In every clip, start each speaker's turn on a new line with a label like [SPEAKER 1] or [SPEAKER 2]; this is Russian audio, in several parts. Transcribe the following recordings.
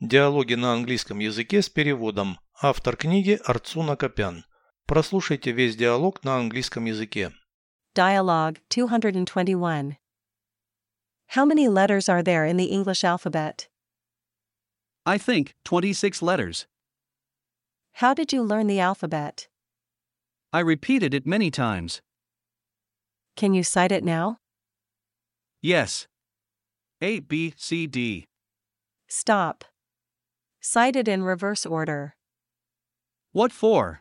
[SPEAKER 1] Диалоги на английском языке с переводом. Автор книги Арцуна Копян. Прослушайте весь диалог на английском языке.
[SPEAKER 2] Dialogue 221. How many letters are there in the English alphabet?
[SPEAKER 3] I think 26 letters.
[SPEAKER 2] How did you learn the alphabet?
[SPEAKER 3] I repeated it many times.
[SPEAKER 2] Can you cite it now?
[SPEAKER 3] Yes. A, B, C, D.
[SPEAKER 2] Stop. Cite it in reverse order.
[SPEAKER 3] What for?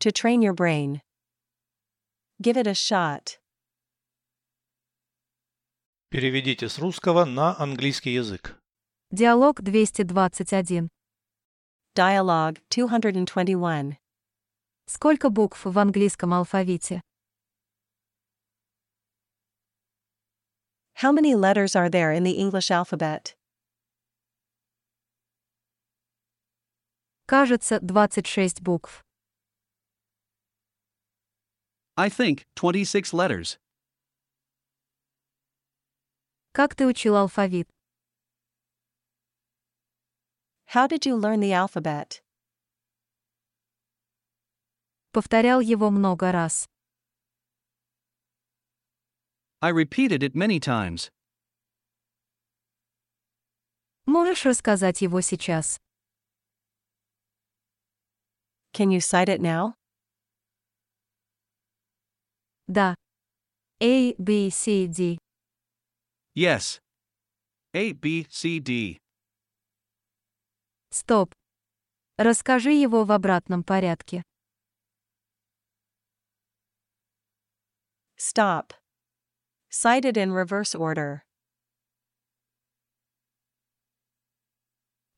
[SPEAKER 2] To train your brain. Give it a shot.
[SPEAKER 1] Переведите с русского на английский язык.
[SPEAKER 4] Диалог 221.
[SPEAKER 2] Dialogue 221.
[SPEAKER 4] Сколько букв в английском алфавите?
[SPEAKER 2] How many letters are there in the English alphabet?
[SPEAKER 4] Кажется, 26 букв.
[SPEAKER 3] I think 26 letters.
[SPEAKER 4] Как ты учил алфавит?
[SPEAKER 2] How did you learn the alphabet?
[SPEAKER 4] Повторял его много раз.
[SPEAKER 3] I repeated it many times.
[SPEAKER 4] Можешь рассказать его сейчас?
[SPEAKER 2] Can you cite it now?
[SPEAKER 4] Да. A, B, C, D.
[SPEAKER 3] Yes. A, B, C, D.
[SPEAKER 4] Стоп. Расскажи его в обратном порядке.
[SPEAKER 2] Stop. Cite it in reverse order.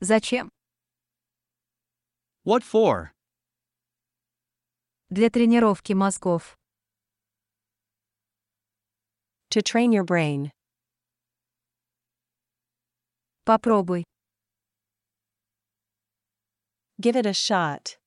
[SPEAKER 4] Зачем?
[SPEAKER 3] What for?
[SPEAKER 4] Для тренировки мозгов.
[SPEAKER 2] To train your brain.
[SPEAKER 4] Попробуй.
[SPEAKER 2] Give it a shot.